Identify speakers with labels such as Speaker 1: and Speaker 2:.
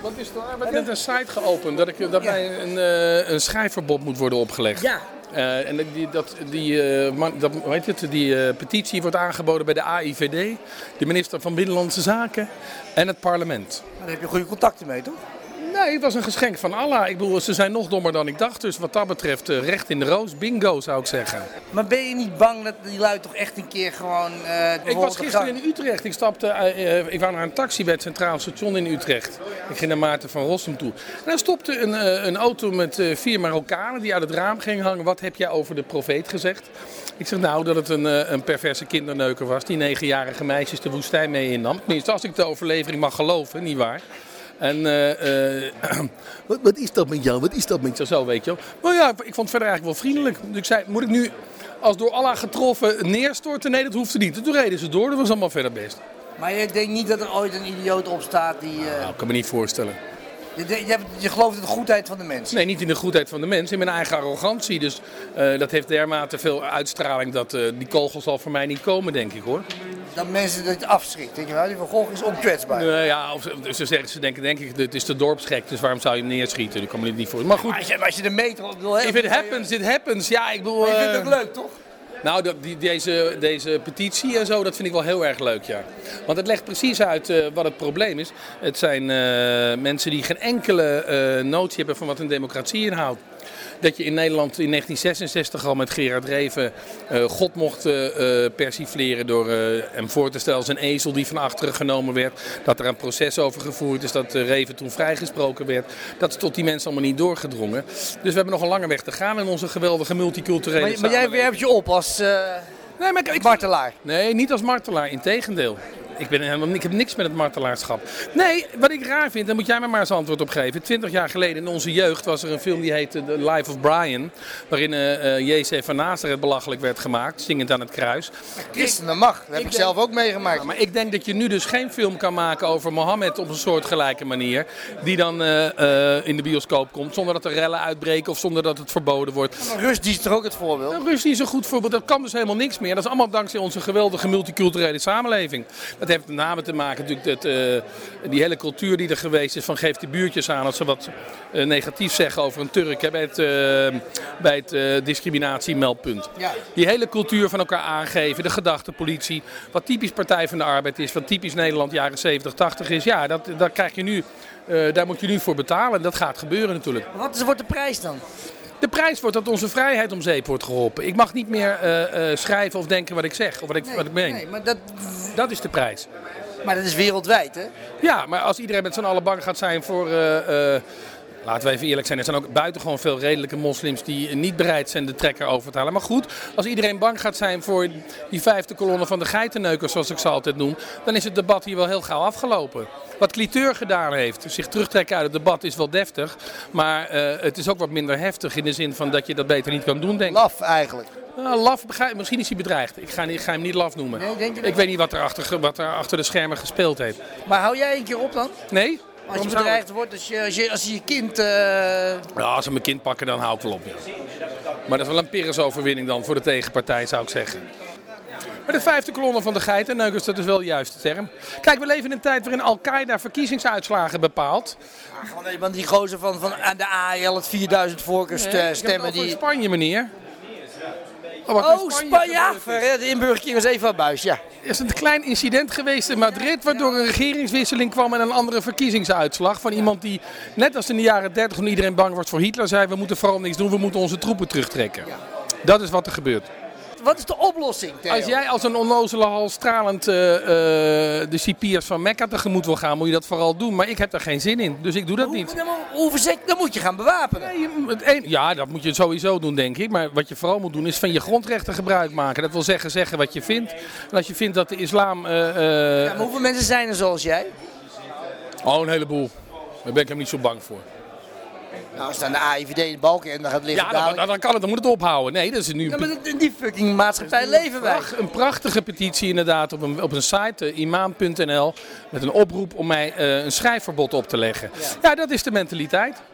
Speaker 1: Wat is er? We hebben net een site geopend dat, ik, dat mij een, eh, een schrijfverbod moet worden opgelegd.
Speaker 2: Ja.
Speaker 1: Eh, en dat- die, dat, die, eh, man- dat, hoe heet het, die eh, petitie wordt aangeboden bij de AIVD, de minister van Binnenlandse Zaken en het parlement.
Speaker 2: Daar heb je goede contacten mee, toch?
Speaker 1: Nee, het was een geschenk van Allah. Ik bedoel, ze zijn nog dommer dan ik dacht. Dus wat dat betreft, eh, recht in de roos, bingo zou ik zeggen.
Speaker 2: Maar ben je niet bang dat die lui toch echt een keer gewoon... eh,
Speaker 1: Ik
Speaker 2: bijvoorbeeld
Speaker 1: was
Speaker 2: de
Speaker 1: gisteren
Speaker 2: gang-
Speaker 1: in Utrecht. Ik stapte, eh, eh, ik wou naar een taxi bij het Centraal Station in Utrecht. Ik ging naar Maarten van Rossum toe. En daar stopte een, eh, een auto met eh, vier Marokkanen die uit het raam gingen hangen. Wat heb jij over de profeet gezegd? Ik zeg nou dat het een, eh, een perverse kinderneuker was die negenjarige meisjes de woestijn mee innam. Tenminste, als ik de overlevering mag geloven, nietwaar? En eh, eh, wat, wat is dat met jou? Wat is dat met jou? Zo weet je wel. Maar ja, ik vond het verder eigenlijk wel vriendelijk. Dus ik zei, moet ik nu als door Allah getroffen neerstorten? Nee, dat hoefde niet. En Toen reden ze door, dat was allemaal verder best.
Speaker 2: Maar je denkt niet dat er ooit een idioot opstaat die... eh,
Speaker 1: Nou, ik kan me niet voorstellen.
Speaker 2: je, de- je, hebt- je gelooft in de goedheid van de mensen.
Speaker 1: Nee, niet in de goedheid van de mens, in mijn eigen arrogantie. Dus eh, dat heeft dermate veel uitstraling dat eh, die kogel zal voor mij niet komen, denk ik hoor.
Speaker 2: Dat mensen dat afschrikt. Denk je wel, die Van Gogh is onkwetsbaar.
Speaker 1: Eh, ja, of ze, ze, zeggen, ze denken denk ik, dit is de dorpsgek, dus waarom zou je hem neerschieten? Ik kan me dit niet voorstellen. Maar
Speaker 2: Maar
Speaker 1: goed,
Speaker 2: Als, je, als je de metro... Ik bedoel,
Speaker 1: if it happens, it happens. Ja, ik bedoel...
Speaker 2: Je vindt
Speaker 1: eh,
Speaker 2: het ook leuk, toch?
Speaker 1: Nou, dat, die, deze, deze petitie en zo, dat vind ik wel heel erg leuk, ja. Want het legt precies uit eh, wat het probleem is. Het zijn eh, mensen die geen enkele eh, notie hebben van wat een democratie inhoudt. Dat je in Nederland in 1966 al met Gerard Reven eh, God mocht eh, eh, persifleren door eh, hem voor te stellen als een ezel die van achteren genomen werd. Dat er een proces over gevoerd is, dat eh, Reven toen vrijgesproken werd. Dat is tot die mensen allemaal niet doorgedrongen. Dus we hebben nog een lange weg te gaan in onze geweldige multiculturele
Speaker 2: Maar, maar jij
Speaker 1: samenleving.
Speaker 2: werpt je op als eh
Speaker 1: Nee, maar ik, ik-
Speaker 2: martelaar.
Speaker 1: Nee, niet als martelaar, integendeel. Ik, ben, helemaal- ik heb niks met het martelaarschap. Nee, wat ik raar vind, daar moet jij me maar eens antwoord op geven. Twintig jaar geleden in onze jeugd was er een film die heette The Life of Brian. Waarin eh, eh, JC van Nazareth belachelijk werd gemaakt, zingend aan het kruis.
Speaker 2: Christenen mag. Dat heb ik,
Speaker 1: denk-
Speaker 2: zelf ook meegemaakt.
Speaker 1: Maar ik denk dat je nu dus geen film kan maken over Mohammed op een soortgelijke manier. Die dan eh, eh, in de bioscoop komt zonder dat er rellen uitbreken of zonder dat het verboden wordt.
Speaker 2: Rust is toch ook het voorbeeld?
Speaker 1: Nou, Rusland is een goed voorbeeld. Dat kan dus helemaal niks meer. Dat is allemaal dankzij onze geweldige multiculturele samenleving. Dat heeft met name te maken natuurlijk dat eh, die hele cultuur die er geweest is van geef de buurtjes aan als ze wat eh, negatief zeggen over een Turk hè, bij het, eh, bij het eh, discriminatiemeldpunt.
Speaker 2: Ja.
Speaker 1: Die hele cultuur van elkaar aangeven, de gedachtenpolitie, wat typisch Partij van de Arbeid is, wat typisch Nederland jaren 70, 80 is. Ja, dat, dat krijg je nu, eh, daar moet je nu voor betalen. Dat gaat gebeuren natuurlijk.
Speaker 2: Wat is, wordt de prijs dan?
Speaker 1: De prijs wordt dat onze vrijheid om zeep wordt geholpen. Ik mag niet meer eh, eh, schrijven of denken wat ik zeg of wat ik, wat ik meen.
Speaker 2: nee, maar, dat,
Speaker 1: Dat is de prijs.
Speaker 2: maar dat is wereldwijd, hè?
Speaker 1: Ja, maar als iedereen met z'n allen bang gaat zijn voor... eh, eh, Laten we even eerlijk zijn, er zijn ook buitengewoon veel redelijke moslims die niet bereid zijn de trekker over te halen. Maar goed, als iedereen bang gaat zijn voor die vijfde kolonne van de geitenneukers, zoals ik ze altijd noem, dan is het debat hier wel heel gauw afgelopen. Wat Cliteur gedaan heeft, zich terugtrekken uit het debat is wel deftig, maar eh, het is ook wat minder heftig in de zin van dat je dat beter niet kan doen, denk ik.
Speaker 2: Laf eigenlijk.
Speaker 1: Nou, laf, begrijp- misschien is hij bedreigd. Ik ga, niet- ik ga hem niet laf noemen.
Speaker 2: Nee, denk je dat-
Speaker 1: ik weet niet wat er, achter, ge- wat er achter de schermen gespeeld heeft.
Speaker 2: Maar hou jij een keer op dan?
Speaker 1: Nee?
Speaker 2: Als
Speaker 1: Waarom
Speaker 2: je
Speaker 1: zou
Speaker 2: bedreigd wordt, als je als je, als je, je kind... eh,
Speaker 1: ik- Ja, Nou, als ze mijn kind pakken, dan hou ik wel op. ja. Maar dat is wel een pirrusoverwinning dan voor de tegenpartij, zou ik zeggen. Maar de vijfde kolonne van de geitenneukers, dat is wel de juiste term. Kijk, we leven in een tijd waarin Al-Qaeda verkiezingsuitslagen bepaalt.
Speaker 2: Gewoon Oh, nee, want die gozer van, van aan de AEL, het 4000 voorkeursstemmen.
Speaker 1: die...
Speaker 2: Die...
Speaker 1: Spanje, meneer. Oh, wat in
Speaker 2: Oh, Spanje! Ja,
Speaker 1: gebeurd is.
Speaker 2: ver- de inburgering was even aan buis, ja.
Speaker 1: Er is een klein incident geweest in Madrid, waardoor een regeringswisseling kwam en een andere verkiezingsuitslag. Van iemand die, net als in de jaren 30, toen iedereen bang wordt voor Hitler, zei: We moeten vooral niks doen, we moeten onze troepen terugtrekken. Dat is wat er gebeurt.
Speaker 2: Wat is de oplossing, Theo?
Speaker 1: Als jij als een onnozele hal stralend eh, eh, de cipiers van Mekka tegemoet wil gaan, moet je dat vooral doen. Maar ik heb daar geen zin in, dus ik doe dat niet.
Speaker 2: Hoe, dan, moet- hoe verzet- dan moet je gaan bewapenen.
Speaker 1: Nee, je- het een- ja, dat moet je sowieso doen, denk ik. Maar wat je vooral moet doen, is van je grondrechten gebruik maken. Dat wil zeggen, zeggen wat je vindt. En als je vindt dat de islam... eh, eh,
Speaker 2: Ja, maar hoeveel mensen zijn er zoals jij?
Speaker 1: Oh, een heleboel. Daar ben ik hem niet zo bang voor.
Speaker 2: Nou, als dan de AIVD in de balken en dan gaat liggen
Speaker 1: Ja, dan,
Speaker 2: dadelijk-
Speaker 1: dan, dan kan het, dan moet het ophouden. Nee, dat is nu
Speaker 2: Ja,
Speaker 1: een,
Speaker 2: maar dat- in die fucking maatschappij leven wij.
Speaker 1: pracht- een prachtige petitie inderdaad op een, op een site, eh, imam.nl, met een oproep om mij eh, een schrijfverbod op te leggen. Ja, dat is de mentaliteit.